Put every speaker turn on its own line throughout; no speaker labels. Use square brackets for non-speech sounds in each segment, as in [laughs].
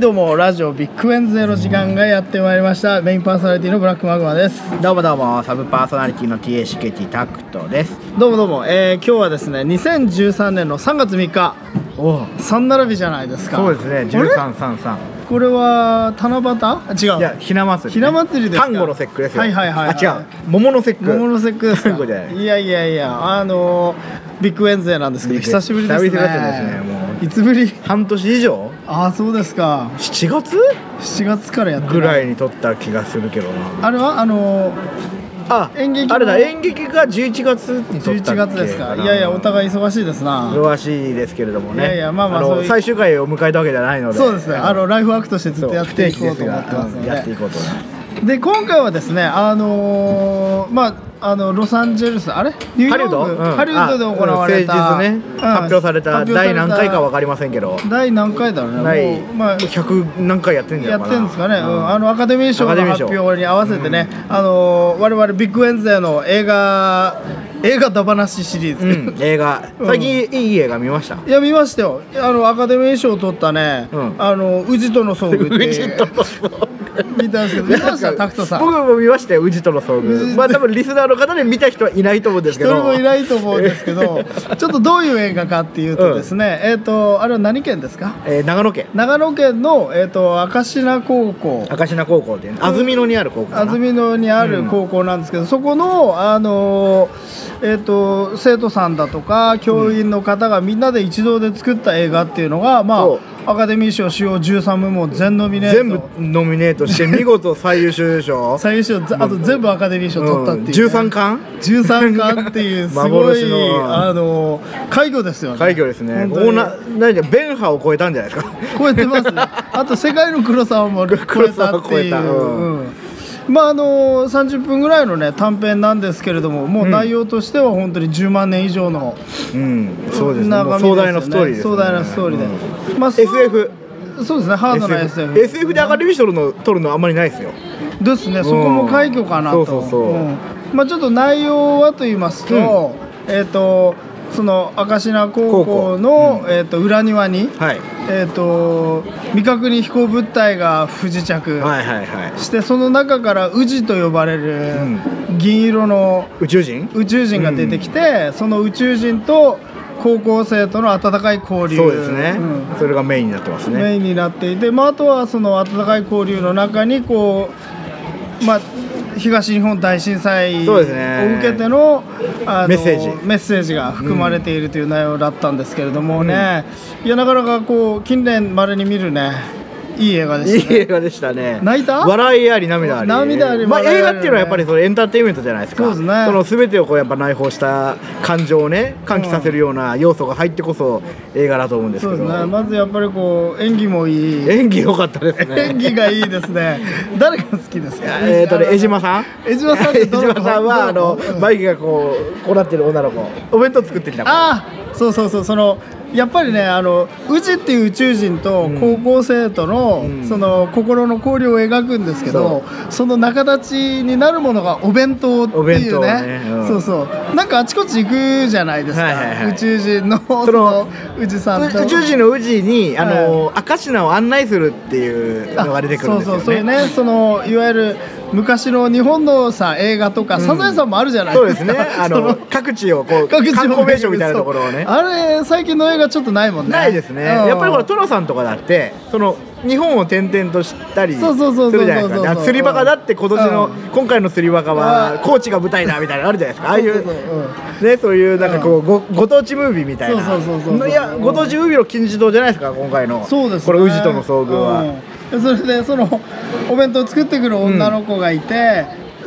どうもラジオビッグウェンズデーの時間がやってまいりましたメインパーソナリティのブラックマグマです
どうもどうもサブパーソナリティの TACKT タクトです
どうもどうも、えー、今日はですね2013年の3月3日
おお
三並びじゃないですか
そうですね
あれ
1333
これは七夕あ違う
いやひな祭り、
ひな祭りですか
端午の節句ですよ
はいはいはいはい
あ違う桃の節句
桃の節句です
最後じゃ
か
ない
いやいやいやあのービッグウェンズデーなんですけど
ビッグウ
久
ェン
しぶりですね
久々ですねもう
いつぶり
半年以上
ああそうですか
7月
7月からやって
ぐら
い
いに撮った気がするけどな
あれはあのー
あ
演劇も
あれだ演劇が11月に撮った
11
っけ
月ですかいやいやお互い忙しいですな
忙しいですけれどもね
いやいやまあまあそう
の
いう
最終回を迎えたわけじゃないので
そうですねあの
の
ライフワークとしてずっ
そう
とやっていこうと思ってますの
不定期ですがうんやってい
で
こうと思います
で今回はですねあのーまああのロサンゼルスあれニュ
ハ
ー
リ
ヨ
ウッド、
ークハリウッドで行われた
あうん先日ね、発表された第何回か分
か
かりませんけど
第何回だろうね
第
もうまあ
100何回やってんじゃ
や
ない
っ
かな
てんですかね、うんあのアカデミー賞
アカ
の
デミー
発
賞
表に合わせてね、あのー我々ビッグウェンズデーの映画映画だ話シリーズ、
うん映画
うん
最近いい映画見ました
いや見ましたよあのアカデミー賞を取ったね、
うん
あの [laughs] 宇治との遭遇って
[laughs]
いう見たんですけど見まし
な
たタ
んか
クトさん
僕も見ましたよ宇治との遭
宇治
遇まあ多分リスナーの方で見た人はいないと思うんです
一
けど
人もいないと思うんですけど
[laughs]
ちょっとどういう映画かっていうとですね、えっ、とあれは何県ですか
えー長野県
長野県の、えー、と明科高校
赤科高校で安曇野にある高校か
安
な
曇野にある高校なんですけど、そこの、あのーえー、と生徒さんだとか教員の方がみんなで一堂で作った映画っていうのが、ま
そう
あ、アカデミー賞主要13部門全ノミネート
全部ノミネートして見事最優秀
[laughs]
賞
最優秀あと全部アカデミー賞取ったっていう、ね
13巻
13巻っていうすごい
[laughs] 幻の
あの快挙ですよね
快挙ですね
本当
こう
に
な何じゃベンハを超えたんじゃないですか
超えてますねあと世界の黒沢も超えたって
黒
い
沢超え
う、
たうん
うんまああの30分ぐらいのね短編なんですけれどももう内容としては本当に10万年以上の
うん、そうですね。
長
もう
身
壮大なストーリーです、ね。
壮大なストーリーで、まあそう
SF。
そうですねハードな SF,
SF, SF でアカデミー賞の取るのあんまりないですよ。
ですね、そこも快挙かなと、
うんそうそうそうん
まあ、ちょっと内容はと言いますと、えっ、とその赤科高校の
高校
えー、と裏庭に、
はい。
えー、と未確認飛行物体が不時着、
はいはいはい。
してその中から宇治と呼ばれる銀色の
宇宙人？
宇宙人が出てきて、その宇宙人と高校生との温かい交流
そうですね、
うん
それがメインになってます
メ
ね。
インになっていて、まあ、あとはその温かい交流の中にこう、まあ、東日本大震災
そ
を
う
受
ですね
けてのあの
メッセージ
メッセージが含まれているという内容だったんですけれどもね、いやなかなかこう近年まれに見るねいい映画で
い
し
い
たね
映画でしたね。
泣いた
笑いあり涙あり。
涙あり
まあ
笑い
映
あ
画
り
っていうのはやっぱりそのエンターテインメントじゃないですか。
そうですね
のすべてをこうやっぱ内包した感情をね喚起させるような要素が入ってこそ映画だと思うんです
そう
け
です
ど。
ねまずやっぱりこう演技もいい
演技良かったですね。
演技がいいですね誰が好きですか
えーとね江島さん
江島さんって
[laughs] 江
どの
島
子
さんはあ
ど
の
の子うん
眉毛がこうこうなってる女の子お弁当作ってきた子
ああそうそうそうそのやっぱりねあの宇治っていう宇宙人と高校生との、
ん
その心の交流を描くんですけどその仲立ちになるものがお弁当って
お弁
いう
当
ね
ねうん
そうそうなんかあちこち行くじゃないですか、
はいはいはい
宇宙人のその宇治さんと
宇宙人の宇治にあの、赤品を案内するっていうのが出てくるんですよ
あそうそうそういう
ね。
ねそのいわゆる昔の日本のさ映画とか、サザエさんもあるじゃない
そう
で
です
か、
すね。あ
そ
の各地をこう観
各地の
光名所みたいなところをね
そう。あれ最近の映画ちょっとないもんね
ないですね。
うん
やっぱりほらトノさんとかだってその日本を転々としたりす
そう
るじ
そうそうそう
ゃないですか。あ釣りバカだって今年の、
うん
今回の釣りバカ
うん
は高知が舞台だみたいなのあるじゃないですか。ああい
そううそうそううん
ね、そういうなんかこう、ごご当地ムービーみたいな
そうそうそうそう
やご当地ムービーの金字塔じゃないですか今回の
そうです、ね、
これ宇治との遭遇は、
うんそれでそのお弁当を作ってくる女の子がいて、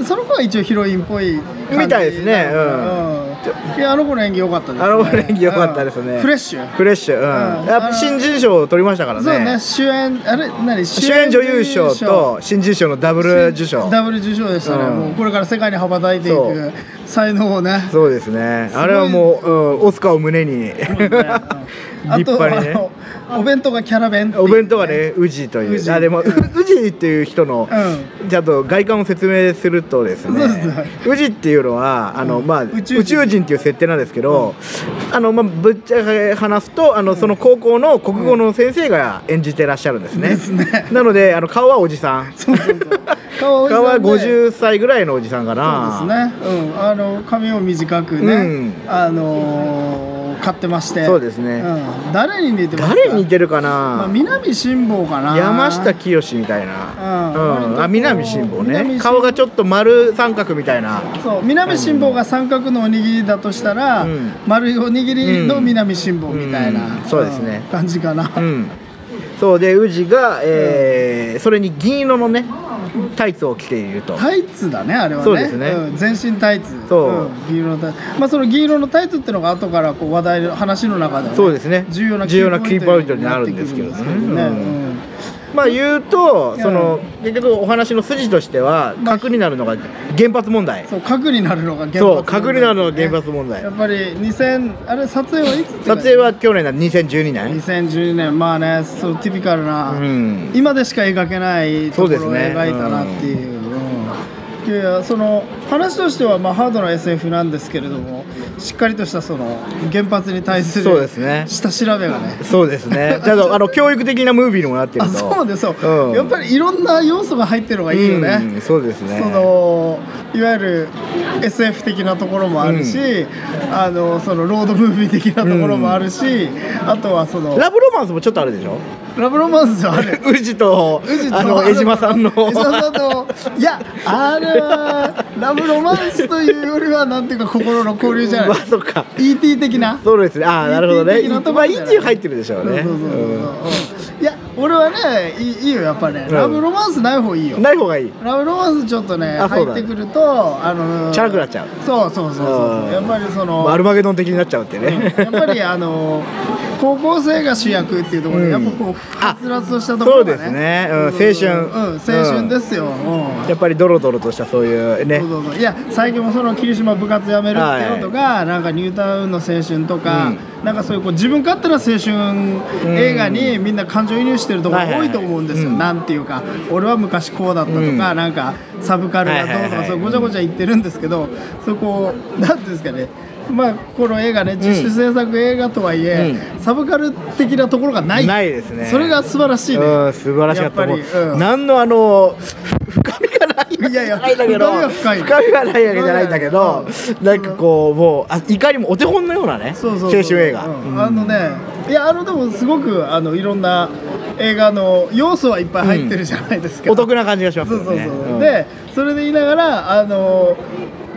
その子は一応ヒロインっぽい感じ
みたいですねうん
うんいやあの子の演技良かったです、ね、
あの子の演技良かったですね
うんフレッシュ
フレッシュ、うん
うん
やっぱ新人賞を取りましたからね
そうね主演あれ何
主演女優賞と新人賞のダブル受賞
ダブル受賞でしたね、
うん
もうこれから世界に羽ばたいてい
そ
く
う
才能をね
そうですねあれはもう、うん、オスカーを胸に、立
あと
派に
あ
ね
のお弁当がキャラ弁っていう
[laughs] お弁当はね宇治とい
宇治
うあでも
うん
[laughs] 宇治っていう人のちゃんと外観を説明するとですね
そうですね
宇治っていうのはあのまあ
宇
宇
宙人
宙人っていう設定なんですけどあのまあぶっちゃけ話すとあのその高校の国語の先生が演じてらっしゃるんですね
ですね
[laughs] なのであの顔はおじさん
そうそうそう顔おじさ
顔
ん
は
で
50歳ぐらいのおじさんかな
そうですね、うん、あの髪を短くね、
うん
あのー買ってまして
そうですね
うん、誰に似てますか
誰に似てるか
まあ、
な
南辛坊かな
山下清みたいな、
うん割とこう
あ南辛坊
南辛
ね
抱
顔がちょっと丸三角みたいな
そう南辛坊が三角のおにぎりだとしたら、
うん
丸いおにぎりの南辛坊みたいな、
うんそうですね
ん感じかな、
うんそうで宇治が、えーそれに銀色のねタイツを着ていると
タイツだねあれはね
そうですね
ん全身タイツ
そうん
銀色のタイツまあその銀色のタイツっていうのが後からこう話題の話の中では、
そうですね
重要な
重要なキーポイントにな
っ
る
て
ん
く
ですけどね
ね、
うん
うん
まあ言うと
うん
その結局お話の筋としては
まあ
核になるのが原発問題
そう核になるのが原発問題
そう核になるのが原発問題
やっぱり2000あれ撮影はいつって
撮影は去年だ2012年
2012年まあねそうティピカルな、
うん
今でしか描けないところを
そうですね
描いたなっていう。うんいやいやその話としてはまあハードな SF なんですけれどもしっかりとしたその原発に対する
そうですね
下調べがね
そうです
[laughs]
ねちゃんとあの教育的なムービーにもなってる
あ
と
そうですそう、
ん
やっぱりいろんな要素が入ってるのがいいよね、
うんそうですね
そのいわゆる SF 的なところもあるし、あのそのロードムービー的なところもあるし、あとはそのラ
ラブロマンスもちょっとあるでしょ
ブロマンスはある。
宇治と
[laughs] 宇治と
あの江島さんの
江島さんのいやあれはラブロマンスというよりはなんていうか心の交流じゃ
ま
な
あ
い
そっか
ET 的な
そうですねああなるほどね
ET 的なとこ
まあ
ろじゃない
ET 入ってるでしょうね
そうそうそうそううんいや俺はねいいいいよやっぱね、
うん
ラブロマンスない方がいいよ
うんない方がいい
ラブロマンスちょっとね
あそ
入
う
っ
だ
てくるとあの
チャラくなっちゃう
そうそうそうそううんやっぱりその
まあアルマゲドン的になっちゃうってね、
やっぱりあの高校生が主役っていうところで、
うん
やっぱこうはつらつとしたところが、ね、
そうですねうん青
う
春
ん、青春ですよ、うん
[laughs] やっぱりドロドロとしたそういうね
そうそうそういや最近もその霧島部活やめるっていうのとか、なんかニュータウンの青春とか、なんかそういうこう自分勝手な青春映画にみんな感情移入してるところ
はいはい
多
はい
いと思うんですよ、
うん
なんていうか俺は昔こうだったとか、
うん
なんかサブカルがどうとか、
はいはいはい
そうごちゃごちゃ言ってるんですけどそこなんていうんですかねまあこの映画ね自主制作映画とはいえ、サブカル的なところがない
ないですね
それが素晴らしいね、
うん素晴らしかったもう
やっぱりうん
何のあのふ深みがないわけ
いやいや
ないんだけど
深みは深い
深みがないわけじゃないんだけど
うん
なんかこうもうあいかにもお手本のようなね
そうそうそう
青春映画、
うん
うん
あのねいやあのでもすごくあのいろんな映画の要素はいっぱい入ってるじゃないですか、
お得な感じがします
そう
よ
そうそう、
ねん
でそれで言いながらあの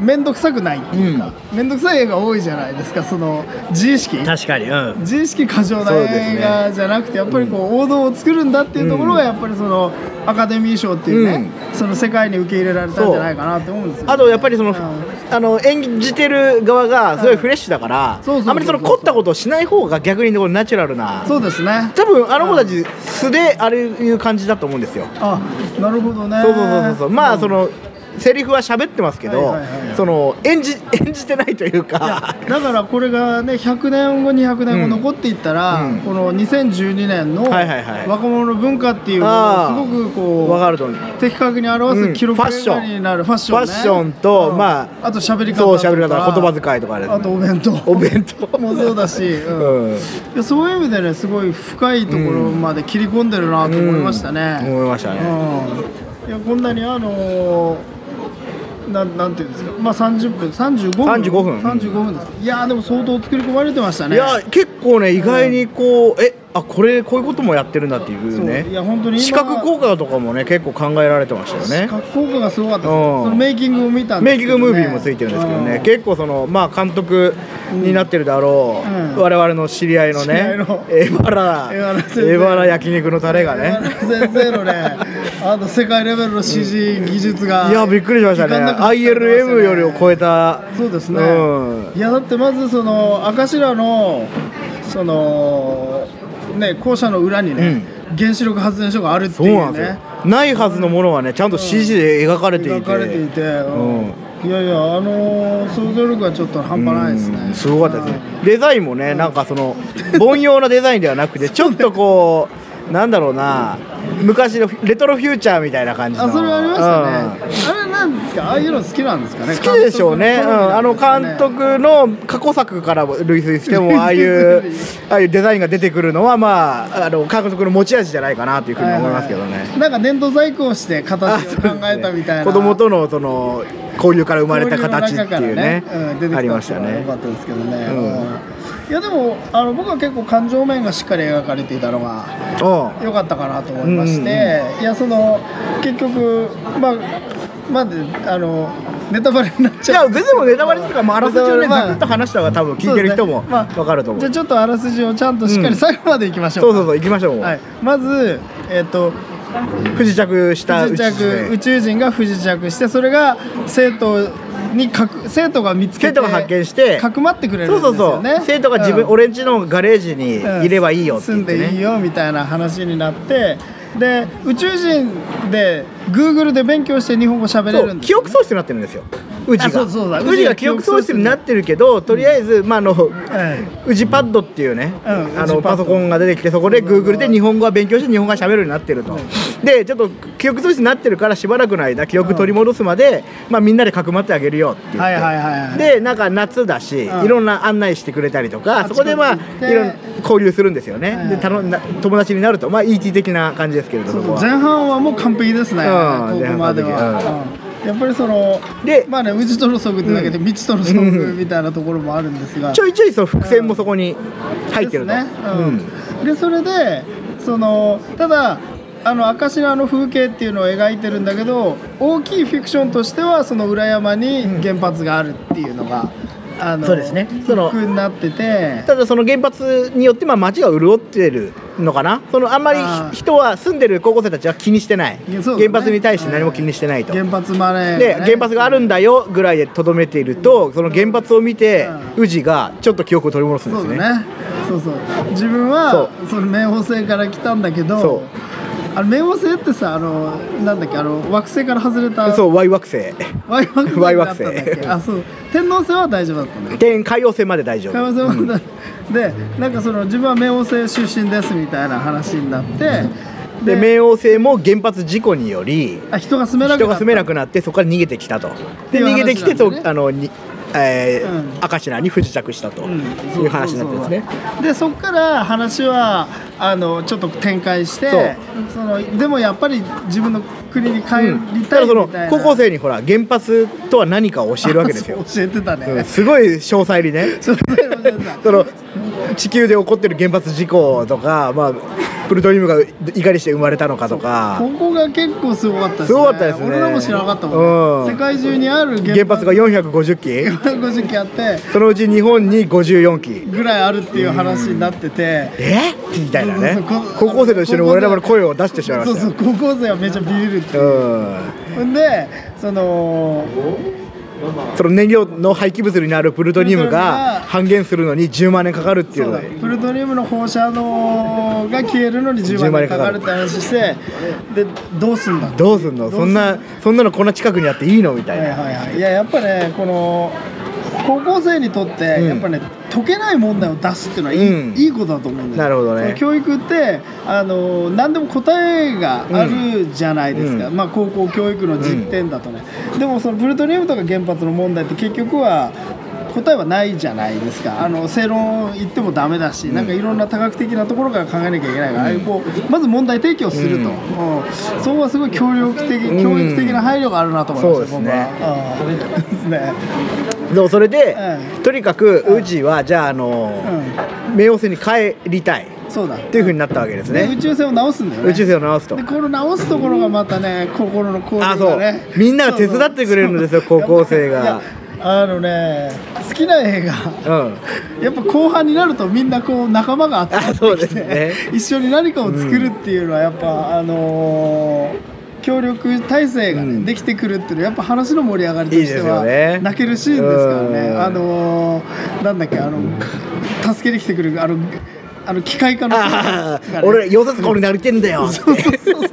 面倒くさくないっていうか面倒、くさい映画多いじゃないですかその自意識
確かにうん
自意識過剰な
そうですね
映画じゃなくて、やっぱりこう王道を作るんだっていうところがやっぱりそのアカデミー賞っていうね、その世界に受け入れられたんじゃないかなって思うんですよ、ね、
あとやっぱりその、
うん
あの演じてる側がすごいフレッシュだから、
そうそうそうそう
あまりその凝ったことをしない方が逆にこうナチュラルな
そうですね
多分あの子たち素であれいう感じだと思うんですよ、
あなるほどね
そうそうそうそうまあ
ん
その、セリフは喋ってますけど、
はいはいはい
その演じ [laughs] 演じてないという
い
か
や [laughs] だからこれがね100年後200年後
うん
残っていったら、
うん
この2012年の
はいはいはい
若者の文化っていう
あ
の
ー
をすごくこう
わかると思う
的確に表す記録映画になる、ファッション、ね、
ファッションとまあ
あと喋り方
そう
とか
喋り方言葉遣いとかですね
あとお弁当
お弁当
もそうだし、うん
うん
いやそういう意味でねすごい深いところまで切り込んでるなと思いましたね、
うん思いましたね
うんいやこんなにあのーなんなんていうんですか、まあ三十分、三十五分、
35分
三十五分です。いやーでも相当作り込まれてましたね。
いや結構ね意外にこう、えあこれこういうこともやってるんだっていうね
そういや本当に今
視覚効果とかもね結構考えられてましたよね
かっこよくがすごかったです。
うん
そのメイキングを見たんで
メ
すけ
イキン
ど、
グ
ね。
ムービーもついてるんですけどね、
うん
結構その、まあ、監督になってるだろう、
うん
我々の知り合いの
知り合
ね
いの
エバラ
エバラ先生
エバラ焼肉のタレがね
先生のね、
[laughs]
あの世界レベルの CG 技術が、
いやびっくりしましたね ILM よりを超
え
えた
そうですね、
うん
いやだってまずその赤白のそのね校舎の裏にね、原子力発電所があるって
そう
い
な
うん
です
ね
よないはずのものはねちゃんと CG で描かれていて,、
描かれていて、うん
うん
いやいやあのー想像力がちょっと半端ないです
う
ね
んすごかったですねデザインもねなんかその凡庸なデザインではなくて
[laughs]
ちょっとこうなんだろうな昔のレトロフューチャーみたいな感じの
あそれありましたね、あれなんですかああいうの好きなんですか
うん
ね
好きでしょうね、うん、あの監
監督
督の過去作からも類推してもあ
[laughs]
あいう
類推す
ああいうデザインが出てくるのはまああの監督の持ち味じゃないかなというふうに思いますけどね、
なんか粘土細工をして形を考えたみたいな、
子供とのその交流から生まれた形って
交流
いう
の
ね
中からうん出てきたっていうのは
ありましたね
良かったですけどね、
うん
うんいやでもあの僕は結構感情面がしっかり描かれていたのが
う
良かったかなと思いまして、いやその結局まあまあであのネタバレになっ
んじ
ちゃ
ゃあ
う
全然もうネタバレっていうかもうあらすじをね
まあ
ざくっと話した方が多分聞いてる人も
そうですねまあ
分かると思
じゃ
う
あちょっとあらすじをちゃんとしっか
うん
り最後までいきましょ
そうう
か、
そうそう行きましょうもう
はい、まずえっ、と
不時着した
不
う
時
ち
着宇
に
宙人が不時着してそれが生徒にかく生徒が見つけて
生徒が発見して
かくまってくれるん
そ
で
う
す
そうそ
よ
う
ね
生徒が自
う
分
ん
俺んちのガレージにいればいいよって
住ん
言って
でいい
ね
よみたいな話になってで宇宙人で Google で勉強して日本語喋れ
そ
る
うん
です
記
よ
憶喪失になってるんですよ宇治
あ
が
そうそうだ
宇治が記憶喪失になってるけどとりあえずまああの
え
宇治パッドっていうね、
うん
あ
宇治パッ
の
ド
パソコンが出てきてそこで Google で日本語は勉強して日本語が喋るようになってると、でちょっと記憶喪失になってるからしばらくの間記憶取り戻すまで、まあ、みんなでかくまってあげるよって言って、
はいはいはいはい
でなんか夏だし、
うん
いろんな案内してくれたりと
あ
かそこでまあ
ちょっと行って
いろんな交流するんですよね、
はい
で頼んだ友達になると、まあ、ET 的な感じですけれど
そう
そこ
そう
は
前半はもう完璧ですね、
うん
ここまで
前半完
は、うんやっぱりその
で
まあね宇治との遭遇ってだけで未知との遭遇みたいなところもあるんですが
ちょいちょいその伏線もそこに入ってると、
ですね、う
うん
んでそれでそのただあの赤白の風景っていうのを描いてるんだけど大きいフィクションとしてはその裏山に原発があるっていうのが、あの
そうですね
そ
そ
の
の
になってて
ただその原発によってまあ街が潤ってるのかなそのあんまり
あー
人は住んでる高校生たちは気にしてない、
いやそうだね
原発に対して何も気にしてないと、
原発マネーがね、
で原発があるんだよぐらいでとどめているとその原発を見て宇治がちょっと記憶を取り戻すんで
そ
す
う
ね
だねそうそう自分は
そ
その冥王星から来たんだけ
そ
ど
う
あの冥王星ってさあのなんだっけあの惑星から外れた
そう Y 惑星
ワイ惑星
ワイ
だ
惑
ったん
星
だっけあそう天王星は大丈夫だったんだ
天海王星まで大丈
加
夫
山さんはでなんかその自分は冥王星出身ですみたいな話になって
で冥王星も原発事故により
あ人が住めなくな
人
った
が住めなくなってそこから逃げてきたと
って
で
いう話
逃げてきて
なん
と、
だよね
あのにえー
うん
赤品に不時着したと、
ん
いう話になってますね
そうそうそうでそこから話はあのちょっと展開してそのでもやっぱり自分の国に帰
うん
り
た
たい
だ
み
その
たいな、
高校生にほら原発とは何かを教えるわけですよ
あ、そう教えてたね、
うんすごい詳細にね
そう教えてた
その地球で起こってる原発事故とか、まあ、プルトニウムがいかにして生まれたのかとか
ここが結構すごかったですね
すごかったですね
俺らも知らなかったもん、ね
うん
世界中にある
原発が450基
[laughs] 450基あって
そのうち日本に54基
ぐらいあるっていう話になってて、
えみたいなね
そうそうそうこ
高校生と一緒に俺らも声を出してしまいま
そう
した
そ
よ
う高校生はめっちゃビビるってい
うん
う、ん、でその
その燃料の廃棄物になるプルトニウムが半減するのに10万年かかるっていう
そう
の
だ
で
プルトニウムの放射能が消えるのに10
10
万
万
円
円
か
か
かる
かる
って話してでどうすんだ
どうすんのそんなそんなのこんな近くにあっていいのみた
はいい
な、
はいはいいややっぱねこの高校生にとって
うん
やっぱね、解けない問題を出すっていうのはいい,、
うん
いいことだと思うんだよ
なるほどね
その教育ってあの何でも答えがあるじゃないですか、
う
まあ、高校教育の実典だとね、でもそのプルトニウムとか原発の問題って結局は答えはないじゃないですかあの正論言ってもダメだし、なんかいろんな多角的なところから考えなきゃいけないから、こうまず問題提起をすると、
うん
うんそこはすごい協力的、
ん
教育的な配慮があるなと思いました
そうですね
僕はうんですね
そうそれで、
う
とにかく宇治はじゃああの、冥王星に帰りたいっ
そうだ
ていうふうになったわけです
で宇
ね、
宙船を直すんだよね
宇宙船を直すと
でこの直すところがまたね心の交流
あそ
が
う
ね
みんなが手伝ってくれるんですよ
そうそう
高校生が
いやあのね好きな映画 [laughs]
うん
やっぱ後半になるとみんなこう仲間が
あ
集
そ
まっ
う
て
で
き
す
て、
ね
[laughs] 一緒に何かを作るっていうのはやっぱ、あのー協力体制がね、
うん
できてくるっていうのはやっぱ話の盛り上がりとしてはい
いですよね
泣けるシーンですからね、
うん
あのーなんだっけあの助けに来てくるあのあの機械化の人
あ
が
あ
ね
俺溶接工になりてんだよ
そうそうそうそう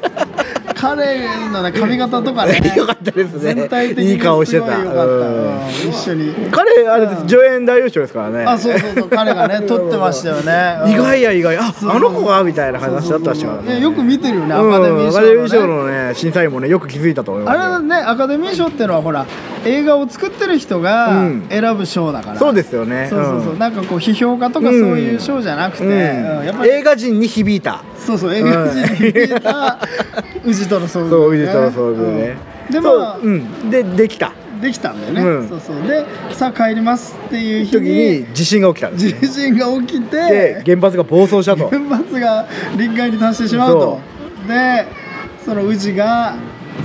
彼のね髪型とかね
[laughs] よかったですね
全体的に
いい顔してた
すごいよかった、
うん
うん一緒に
彼あれです助演大優勝ですからね
あそうそうそう彼がね撮ってましたよねうん
意外や意外あ
うそう
あの子がみたいな話だったしから
いや
ね
よく見てるよね、
うん
アカ
アカ
デ
デ
ミ
ミ
ー賞
ー賞
のね
のね審査員もねよく気づいたと思いま
あ
す
れは
よ
ねアカデミー賞っていうのはほら映画を作ってる人が
うん
選ぶ賞だから、
そうですよね
そうそうそう、
ん
なんかこう批評家とかそういう賞じゃなくて、
うん
うんやっぱり
映画人に響いた
そうそう映画人に見えた宇治との遭遇、ね、
そう宇治との遭遇ね
うんで
そう
まあ、
うんでできた
できたんだよね、
うん
そうそうでさあ帰りますっていう日
時
に
に地震が起きたんです
地震が起き
で
て
原発が暴走したと
原発が臨界に達してしまうと
そ
でその宇治が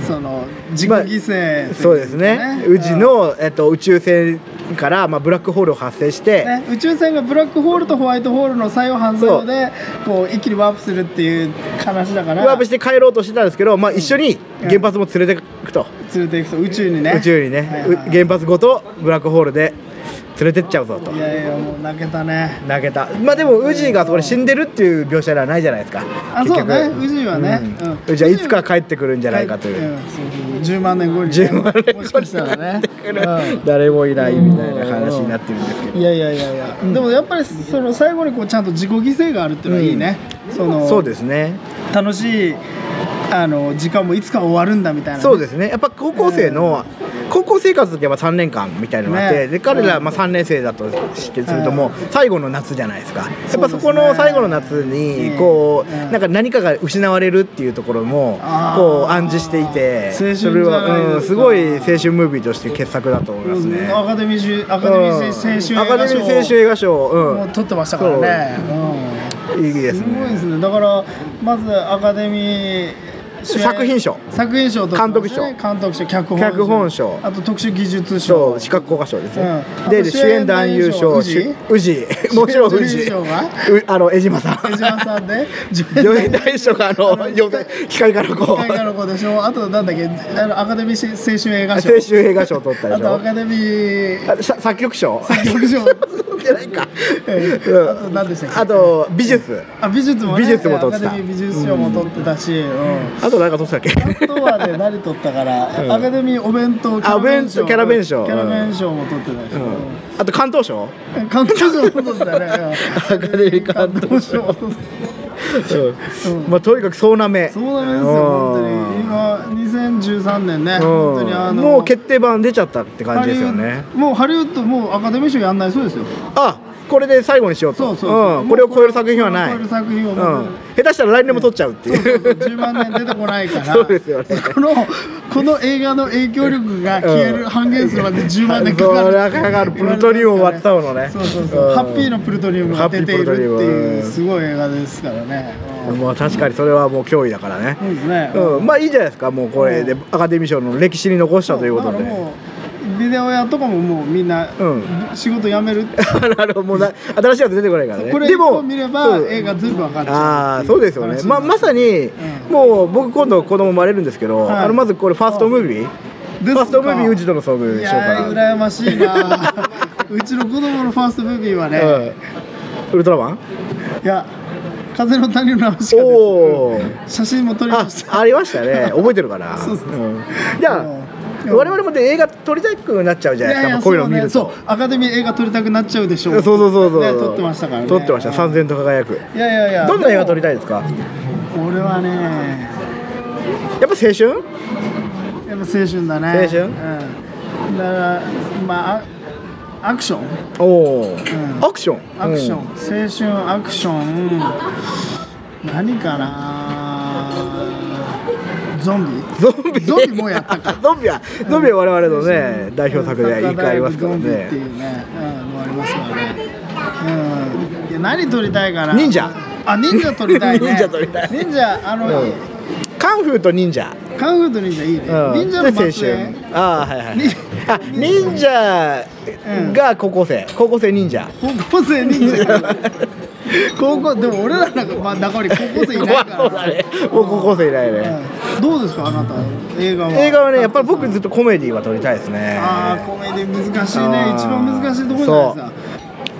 その自己
まあ
犠牲、
そうですね宇治、の、えっと、宇宙船から、まあ、ブラックホールを発生して、
うんね、宇宙船がブラックホールとホワイトホールの作用反作用でこう一気にワープするっていう話だから
ワープして帰ろうとしてたんですけど、まあ、一緒に原発も連れてくと、
連れていくと宇宙にね
[laughs] 宇宙にね、
はいは
う
いはい
原発ごとブラックホールで連れてっちゃうぞと
いやいやもう泣けたね
投げたまあでも宇治がそれ死んでるっていう描写ではないじゃないですか
あそうね宇治はね
うん
うん
宇治はいつか帰ってくるんじゃないかという、
んそうそう10万年後に、ね、
10万年後に
もしかしたらね、う
[laughs] 誰もいないみたいな話になってるんですけど
ん、いやいやいやいや、でもやっぱりその最後にこうちゃんと自己犠牲があるっていうのはいいね、その
そうですね
楽しいあの時間もいつか終わるんだみたいなね、
そうですねやっぱ高校生の、高校生活ってやっぱ3年間みたいなのがあって、
ね
で彼らまあ3年生だとしてするともう最後の夏じゃないですかやっぱそこ
そうですね
の最後の夏
うん
にこう
うん
なんか何かが失われるっていうところも
あー
こう暗示していて
青春じ
そ
ゃないで
れ
すか
は、うん、すごい青春ムービーとして傑作だと思いますね。
アカデミー賞ア
ア
カデミー青春
アカデミー青春
映
映画賞、
画賞も
う
取ってましたからねうん
ん、いいです
すごいで
ね。
すね。だからまずアカデミー主演
作品賞
作品賞と
監督賞
監督賞、脚本
脚本賞
あと特殊技術
そ
賞、
う、視覚効果賞ですね。
うんあ
で、
と
主演男優賞、
主演
宇治、もちろん宇
主演男
治。
優賞が
うあの江島さん。
江島さん
[laughs]
で
女優大賞があのよ光からこう
海外の子でしょ。あとなんだっけ、あのアカデミー青春映画賞、
青春映画賞取ったで
あ
し
と
ょ
ア。カデミー [laughs]
あさ作曲賞。
作曲賞、
じゃないか。
ええ
[laughs] うん
あと何でしたっけ。
あと美術。
あ美術もね
美術も撮ってた
アカデミー美術賞も取ってたし、うん
あとなんか取ってたっけ。
あとはね何取ったから、
うん
アカデミーお弁当
あお弁当キャラ弁賞
キャラ弁賞も取ってたし、
うんあと関東賞。
監督賞も取ってたね
アカデミー監督賞
そうなんで
うんまあとにかくそうなめ。
すよ本当に今2013年ね
うん
本当にあ
うん
の
もう決定版出ちゃったって感じですよね
ハリウッ。ドもうハリウッドもうアカデミー賞やんないそうですよ
あこれで最後にしよう
そ
と。
うそうそう、
うんこれを超える作品はない。
こ
う
れを
ん
超える作品はもう、
下手したら来年も取っちゃうって
そうそうそ
い
う
う。
10万年出てこないから
そうですよね
このこの映画の影響力が消える、
うん
半減するまで10万年かかる
そうかかるプルトニウム割ったのね
そうそうそう、
うん
ハッピーのプルトニウムが出ているっていうすごい映画ですからね、うん
[laughs] まあ確かにそれはもう脅威だからね。
そうですね、
うん、まあいいじゃないですかもうこれで
う
アカデミー賞の歴史に残したということ
だ
で
からもうビデオ屋とかももうみんな、
うん
仕事辞めるって
[laughs] なるほどもうな新しいやつ出てこないからね
これ
で
一
も
個見れば
そう
映画全部わかっちゃっ
ああ
てい
そうですよね
話
まあまさに、
うん
もう僕今度子供生まれるんですけど、
はい
あのまずこれファーストムービー、
です
ファ
か
ーストムービー宇治との遭遇
い
しよう
やー
かな
羨ましいなうちの子供のファー [laughs] ストムービーはね、
うんウルトラマン
いや風の谷のナウシカです
おお
写真も撮りま
あ
した
ありまし
[laughs]
たね覚えてるかな
そうそうそうん
じゃあ
うん
我々もで映画撮りたくなっちゃうじゃないですかまあこういうの見ると
そうねそうアカデミー映画撮りたくなっちゃうでしょ
そうそうそうそう、
ね、撮ってましたからね
撮ってました
うん
3000と輝く
いやいやいや
どんな映画撮り
い
たいですか
俺はね
やっぱ青春
やっぱ青春だね
青春
うんだからまああアクション
おお、
ん
アクション
アクション、
うん
青春アクション何かなゾンビ
ゾンビ
ゾンビもやったか
[laughs] ゾンビはゾンビは我々のね、
うん
代表作で一回ありますから
ゾンビっ
ね
ていうね、うん、のありますからね。うん、いや何撮りたいかな。
忍者。
あ、忍者撮りたいね。
[laughs] 忍者撮りたい
忍者あの、
うんカンフーと忍者、
カンフーと忍者いいね。
うん、
忍者の
で青
末裔。
春ああはいはい
に
あ忍者が高校生高校生忍者
高校生忍
[laughs]
者。高校でも俺らなんかまあ中に高校生いないから。
怖そうだねもう高校生いないね、
うんどうですかあなた映画は。
映画はねやっぱり僕ずっとコメディは撮りたいですね
ああコメディ難しい
あ
ね
ー
一番難しいところじゃないですか。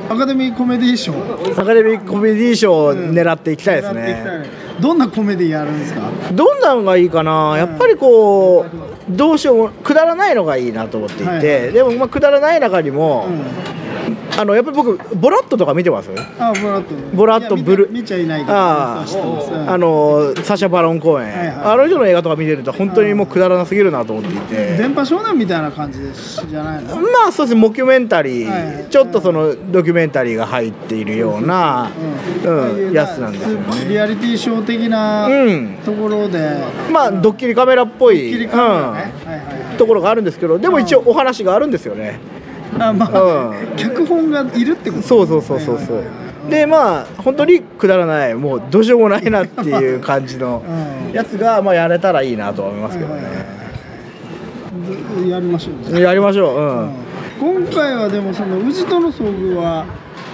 アカデミーコメディ賞狙
アカデミーコメディ賞を狙っていきたいです
っていきたい
ね、
ねどんなコメディやるんですか
どんなのがいいかな、やっぱりこうどうしようもくだらないのがいいなと思っていて、
はいは
でもまあくだらない中にも、
うん
あのやっぱり僕ボラットとか見てます
あボラット
ボラット
いや見て
ブル
見ちゃいないけど
あー
そう知ってますうん
あのサシャ・バロン公演、
はいはい
あの人の映画とか見てると本当にもうくだらなすぎるなと思っていて、
電波少年みたいな感じですじゃないの
まあそうですねモキュメンタリー、
はいはい
ちょっとそのドキュメンタリーが入っているような、うんやつなんですよね。
リアリティショー的な
うん
ところで、
まあドッキリカメラっぽい、
切り替え
うん
るね、はいはいはい
ところがあるんですけどでも一応お話があるんですよね。
あまあ、
う
脚本がいるってこと
そうそうそうそうそう。でまあ本当にくだらないもうどうしようもないなっていう感じの
うん
やつがまあやれたらいいなとは思いますけど
はいはい
ね。
でやりましょう、
やりましょう。うん。
今回はでもその宇治との遭遇は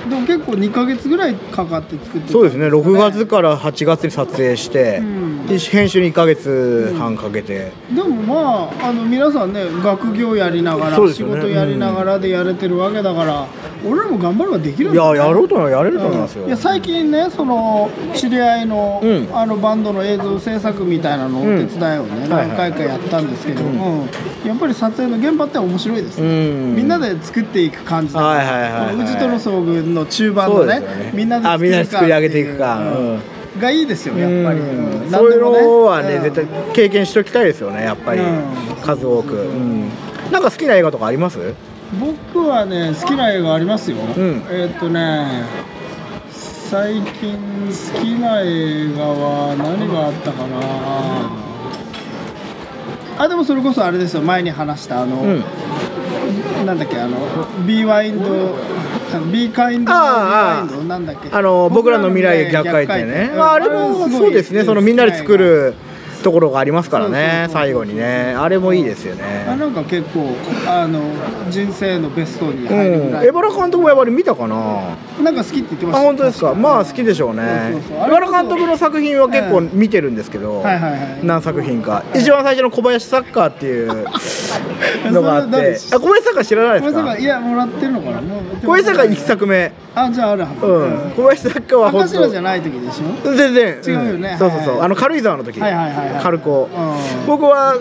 でも結構2か月ぐらいかかって作って
そうですね
たん
6
か
月から8月に撮影して、
うん
で編集に1か月半かけて、
でもまああの皆さんね学業やりながら、
そうです
仕
よね
事やりながらでやれてるわけだから、俺らも頑張ればできるん
い
だよ
や
ね
やろうとはやれると思いますよ、
いや最近ねその知り合いの,、
うん
あのバンドの映像制作みたいなのをお手伝いをね、
んはいはい
何回かやったんですけど、うんやっぱり撮影の現場って面白いです
う
ね、
ん
みんなで作っていく感じだ
はいはいはいはい
この宇治との遭遇の中盤のね
そうですよね
みんなで
あみんなで作り上げていくか
う
うん
んがいいですよやっぱり、
うん
ん
そういうのはね、
うん
絶対経験しておきたいですよねやっぱり、
うん
数多く、うんなんか好きな映画とかあります
僕はね好きな映画ありますよ、
ん
えーっとね最近好きな映画は何があったかなあでもそれこそあれですよ前に話したあの、
うん
なんだっけあの B ワインド B カインド
あーあー
B ワインドなんだっけ
あの僕らの未来へ逆回転ね、まあ、あれもそうですねそのみんなで作るところがありますから
そ
ね
うそうそう
最後にねあれもいいです
あ
よね
なんか結構あの人生のベストに
うん
入るぐらい、
エバラ監督もやっぱり見たかな
なんか好きって言ってま
あ
した
本当ですかまあ好きでしょうね
そうそうそうあ
エ
れこ
バ
そ
ラ監督の作品は結構見てるんですけど、
はいはいはい
何作品か一番最初の小林サッカーって
[laughs]
いうのがあっ
それ誰
てあ小林サッカー知らない
小
です
林
か
坂いやもらってるのかなもう
小林サッカー1作目
あじゃああるはず、
うん小林サッカーは
赤
本
白
当
じゃない時でしょ
全然
違うよね
んそうそう
はい
そう
はい
あの軽井沢の時
はいはいはいはい
軽子
うん
僕は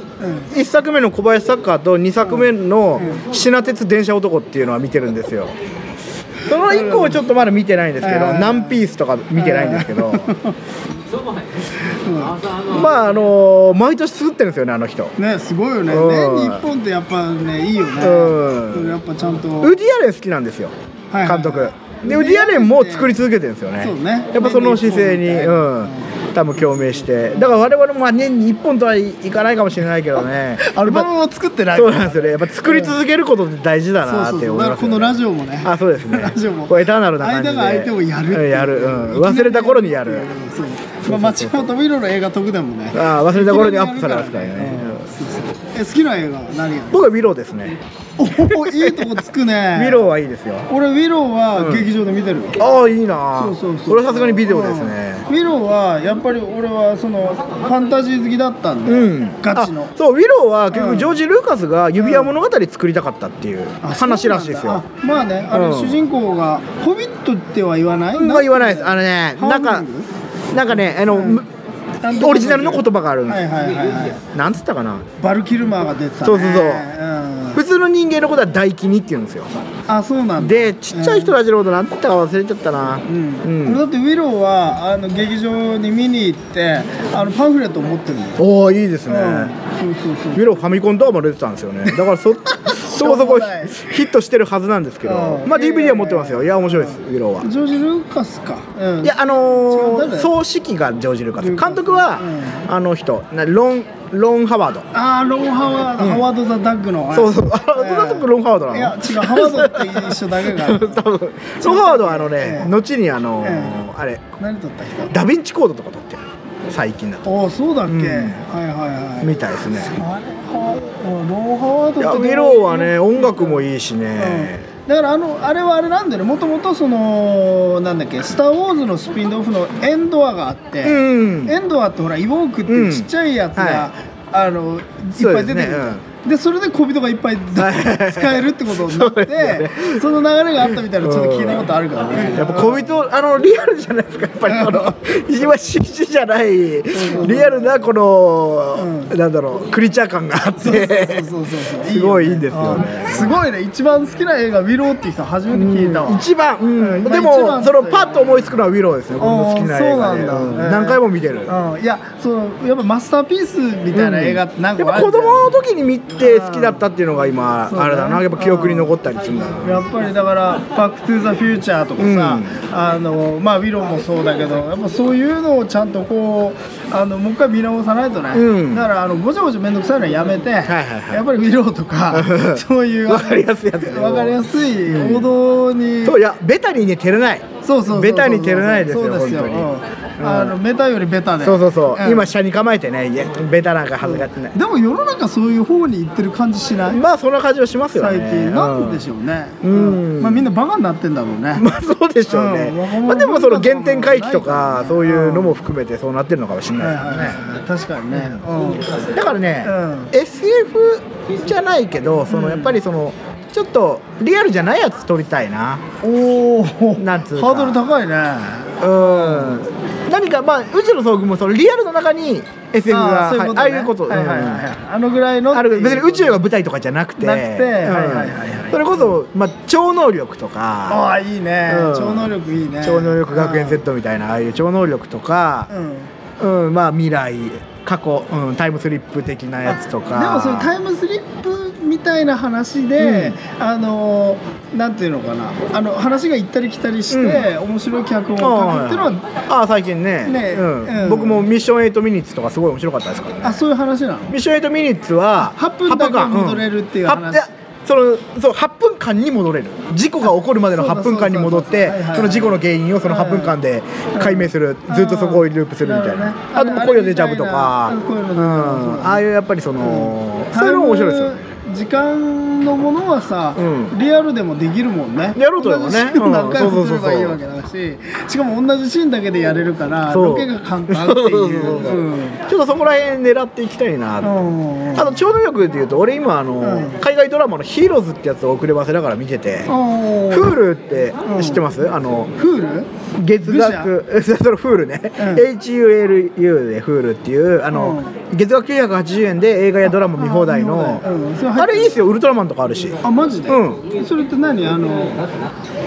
1作目の小林サッカーと2作目の
う
「シナ鉄電車男」っていうのは見てるんですよその以降ちょっとまだ見てないんですけ
はい
ど
はいは
「
い
ナンピース」とか見てないんですけど
うん
まああの毎年作ってるんですよねあの人
[laughs] ねすごいよね
うん
ね日本ってやっぱねいいよね
うん
やっぱちゃんと
ウディアレン好きなんですよ
はいはい
監督でウディアレンも作り続けてるんですよね
そうね
やっぱその姿勢
年
に
に一
う
本
ん多分共鳴してだから我々もまあ年に1本とはいかないかもしれないけどね
[laughs] アルバムを作ってない
そうなんですよねやっぱ作り続けることって大事だなって思
だか
いま
ら
す
こ
よ
の
ね
ラジオもね
あそうですね
[laughs] ラジオも
こうエターナルな感じで
間が空いてもやるって
う
い
ん
う
やるうん忘れた頃にやる
そうまあ町本もいろいろ映画得でもね
あー忘れた頃にアップされますからね
うんそうそうえ好きな映画は何や
僕はウィローですね
おおいいとこつく
ウ
ね
ィローはいいですよ
俺ウィローは劇場で見てるよ、
ああいいな
そうそうそう
これはさすがにビデオですね
うんウィローはやっぱり俺はそのファンタジー好きだったんで、
うん、
ガチの
あそうウィローは結
う
局
ん
ジョージ・ルーカスが指輪物語作りたかったっていう
あ
話らしいです
そうなん
よ
だあまあねあれ、
うん
主人公が「ホビット」っては言わない
僕は言わないですあのね
ハ
な
ー
ん
ミ
か
ング
なんかねあの、む
なん
オリジナルの言葉があるんです
はいはいはいはい
なんつったかな
バルキルマーが出てたね
そうそうそうん普通の人間のことは大気にって言うんですよ
あそうなんだ
でちっちゃい人たちのことなんつったか忘れちゃったなう
うん
ん、
俺だってウィローはあの劇場に見に行ってあのパンフレットを持ってるんだよ、
おおいいですね、
うん、そうそうそう
ウィローファミコンドアも出てたんですよ [laughs] ねだからそそこそこ
しょうもない
ヒットしてるはずなんですけど、
うん
まあ DVD は持ってますよいや面白いですウィローは
ジョージ・ルーカスか、うん、
いやあ
違う
の
誰だ
ー、
よ
総指揮がジョージ・ルーカス
ルーカス
監督は、
う
あの人なロン・ロン・ハワード
ああロン・ハワード、ハワード・ザ・ダッグの
そうそう
あ
あ
れ
ザダッグロンハワードなの
いや違うハワードって一緒だけ
[laughs] 多
が
分ロン・ハワードはあのね
ええ
後にあのー
え
あれ
何撮った人
ダ・ヴィンチ・コードとか撮ってる最近だと
ああそうだっけ、
うん
はいはいはい
みたいですね
あれハワロン・ハワード
いやウ
って
ィローはね音楽もいいしね、
だからあのあれはあれなんだよねもともとそのなんだっけ「スター・ウォーズ」のスピンオフのエンドアがあって、
うん
エンドアってほらイウォークっていうちっちゃいやつが、あのいっぱい出てくるじゃん、
そうですね
でそれで小人がいっぱい
[laughs]
使えるってことになっ
そうです
てそ,、の流れがあったみたいなのちょっと聞いたことあるからね。
やっぱ小人あのリアルじゃないですかやっぱりこの今 CG じゃないリアルなこの、なんだろうクリーチャー感があっ
そうそう
て
そうそう
すごいいいんですよね
うんすごいね一番好きな映画「ウィロー」っていう人初めて聞いたわ、
一番、うん
まあ
で
一番
もそのパッと思いつくのはウィローですね僕の好きな映画で、
あーそうなんだ
うん何回も見てる、
うん、いやそのやっぱマスターピースみたいな映画ってなんか
やっぱ
ある
子
じゃん
供の時に見て好きだったっていうのが今
そうだね
あれだなやっぱ記憶に残ったりするんだな
やっぱりだから「バック・トゥ・ザ・フューチャー」とかさ、あのまあ、ウィローもそうだけどやっぱそういうのをちゃんとこうあのもう一回見直さないとね、
うん
だからあのごちゃごちゃ面倒くさいのはやめて、
はいはい
やっぱりウィローと
[laughs]
かそういう
わかりやすいやつ
わかりやすい王道に、
そういやベタにね照れない
そうそうそうそう
ベタに照れないですよ
そうですよ、
本当に
うんあのメタよりベタで
そうそうそう、
ん
今車に構えてねいやベタなんか恥ずかしくない、
でも世の中そういう方に行ってる感じしない
まあそんな感じはしますよね
最近なんでし
ょ
ょうね、
うん
まあ、みんなバカになってんだろうね、
まあそうでしょうね、
うん若者
まあ、でもその原点回帰と
な
か
いからね
そういうのも含めてそうなってるのかもしれ
は
ないいですよね、
はいはい、確かにね、う
だからね、
うん
SF じゃないけどその
うん
やっぱりそのちょっとリアルじゃないやつ撮りたいな、
ん、おお
なんつうか
ハードル高いね
うん、何かまあ宇宙の遭遇もそのリアルの中に SF が
あーそういう
は
こ
い
とね
ああ
は
いうこと、
いはいはい
うん
あのぐらいの
ある別に宇宙が
あ
舞台とかじゃなくて
なくて
うん
はいはいはいはい
それこそ、まあ、超能力とか
あーいいね、
うん
超能力いいね
超能力学園 Z みたいなああいう超能力とか
う、んうん
うんまあ、未来過去、うん、タイムスリップ的なやつとか
でもそれタイムスリップみたいな話で、あのなんていうのかなあの話が行ったり来たりして、面白い脚本を書くっていうのは
ああ最近ね
ね
うん
うん
僕も「ミッション8ミニッツ」とかすごい面白かったですからね
あそういう話なの
ミッション8ミニッツは
8分だけ
8
戻れるっていう
うん
話
はやそのそう8分間に戻れる事故が起こるまでの
そうだ
8分間に戻っ
そうだそう
て
だはいはいはい
その事故の原因をその8分間で解明する
うん
ずっとそこをループするみたい
うん
な
あ
あ
れ
ともう恋をデジャブとか
あれみたいなうん恋の
う
デジャブとか
んああいうやっぱりそのそういうのも面白いですよね
時間のものはさ、
うん
リアルでもできるもんね
やろうと思えばね
同じシーンを何回
う
も
ん
す
そうそうそうそ
ればい
う
いわけだししかも同じシーンだけでやれるから
そう
ロケが簡単っていう
そうそうそう
うん
ちょっとそこら辺狙っていきたいなと
うん
あの超能力でいうと俺今あの、
うん
海外ドラマの「ヒーローズ」ってやつを遅ればせながら見てて、
おー
フールって
ん
知ってます、あの
フール
月額 [laughs] そのフールね、HULU でフールっていうあの、月額980円で映画やドラマ見放題の
あ
あ,、
うんそれ入って
れいいですよウルトラマンとかあるし
あマジで、
う
それって何あの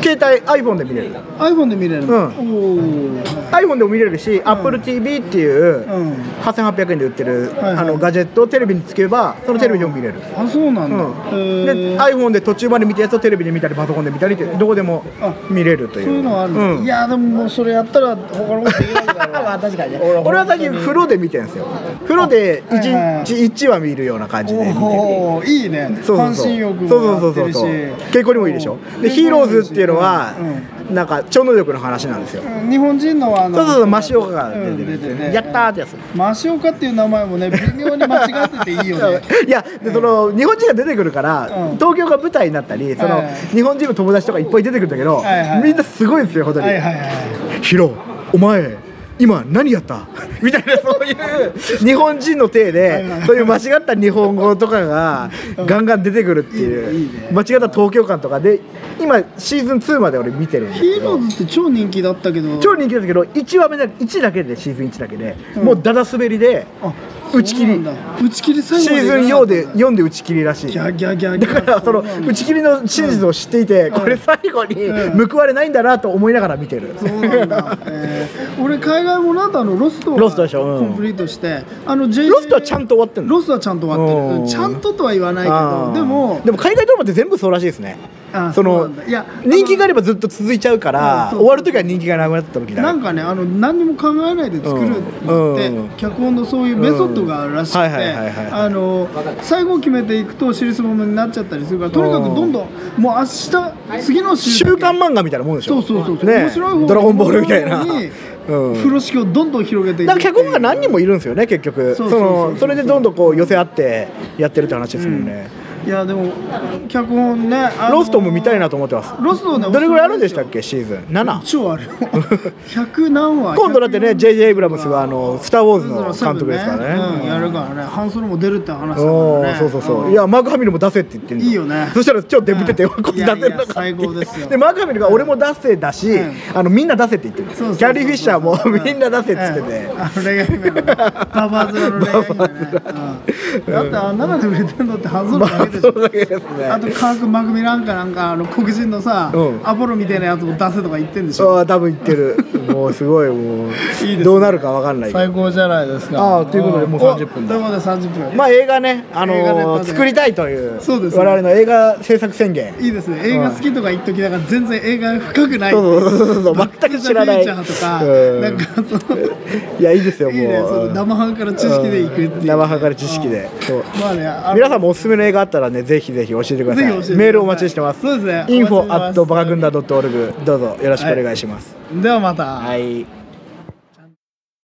携帯 iPhone で見れる
iPhone で見れるの、
う
おー
iPhone でも見れるし、AppleTV っていう、
うん
8800円で売ってる、
はいはい
あのガジェットをテレビにつけばそのテレビでも見れる、
あそうなんだ、
うん、
へー
で iPhone で途中まで見たやつをテレビで見たりパソコンで見たりってどこでも
あ
見れるという
そういうのはあるんだ、
うん
いやでももうそれやったら他のことできないから
[laughs]
まあ確かに俺
俺は最近風呂で見てるんですよ風呂で
あはいはい
1日1話見るような感じで見てる
おおいいね
そうそう
半
そう
身浴
そう
も
そ
や
う
ってる
そう
し
そう健康にもいいでしょ
うん
でヒーローズっていうのは
う
なんか超能力の話なんですよ
んうん日本人のあの
そうそうそう真オカが出て
うん
る
出
んで
て
すよ
る
ね
ね
やったーってやつ
マシオカっていう名前もね微妙に間違ってていいよね
いや [laughs] でその日本人が出てくるから、
うん
東京が舞台になったりその、
はいはい
日本人の友達とかいっぱい出てくるんだけど、
はいはい
みんなすごいんですよ本当に、
はいはいはい
ヒロお前今何やった [laughs] みたいなそういう日本人の体
はいはい
でそういう間違った日本語とかがガンガン出てくるって
いい
い
ねいいうね
間違った東京感とかで今シーズン2まで俺見てるんです
ヒ
け
ーロ
ど
ーズって超人気だったけど
超人気ですけど1話目だけ1だけでシーズン1だけで、
うん
もうダダ滑りで
あ
打ち切り
そうなんだ打ち切り最後
シーズン4で4で打ち切りらしい
ギャギャギャギ
だ
ャ
からその打ち切りの真実を知っていて、
ん
これ最後に
うん
報われないんだなと思いながら見てる、
そうなんだ、えー俺海外もなんだあのロストは
ロストでしょうん
コンプリートしてあの JJ
ロストはちゃんと終わってんの
ロストはちゃんと終わって
うん
るちゃんととは言わないけ
あ
ど
ー
でも
でも海外ドラマって全部そうらしいですね
あ
その
うなんだいや
人気があ
あ
ればずっと続いちゃうから、
うんそうそう
終わる時は人気がなくなった時
の
だ
なんかねあの何にも考えないで作るのって、
うんうん
脚本のそういうメソッドがあるらしくて
うんはいはいはいはい
あの最後決めていくと尻すぼみになっちゃったりするからとにかくどんどんもう明日次の週
週刊漫画みたいなもんでし
そ
ょ
うそうそうそう、
ね
面白い方
ドラゴンボールみたい
面
な、
白い方
う
に
ん
風呂敷をどんどん広げていく
なんか脚本が何人もいるんですよね結局
そ
そう
そうそうそう
のそれでどんどんこう寄せ合ってやってるって話ですもんね、
いやでも脚本ね、あのー
ロストも見たいなと思ってます
ロストね
どれぐらいあるんでしたっけシーズン 7?
超あるよ [laughs] 100何話
今度だってね
140
J.J. エイブラムスがあの「スター・ウォーズ」の監督ですから
そうそうそう
ね
うん、やるからね半ソロも出るって話だから
お
ね
ーそうそうそ
ん
ういやマーク・ハミルも出せって言ってる
いいよね
そしたら超デブ出て
う
よ
ん
こっち出せるのかっ
い
て
やいや最高ですよ
マーク・ハミルが俺も出せだし
うん
あのみんな出せって言ってるキ
そうそうそう
ャリー・フィッシャーも [laughs]
うん
みんな出せっつってて
うんあの恋愛夢のねババア面の恋愛夢ねうんだってあんな中で売れてんのって半ソロだけでし
そ
ょ
れだけですね
あと科学マグミランかなんかあの黒人のさ、
うん
アポロみたいなやつも出せとか言ってんでしょ
そう多分言ってるもうすごい
いい
もう
ですね
どうなるかわかんないけど
最高じゃないですか
ああということでもう30分
お
だ
ということで30分、
まあ映画ね、あの
映画ネタ
ー
で
作りたいという
そうですね
我々の映画制作宣言。
いいですね映画好きとか言っときながら全然映画深くない
そうそうそうそう
バッ
全
ク
く知らない。
トゥザフューチャーとか、
うん
なんかその
[laughs] いやいいですよもう。
いいねその生半可な知識でいくっていう、
うん生半可な知識で。そう。
まあねあの
皆さんもおすすめの映画あったらねぜひぜひ教えてください。
ぜひ教えてください
メールお待ちしてます。
そうですね
info
お待ちしてます
at バカ軍団 .org どうぞよろしくお願いします。
ではまた、
はい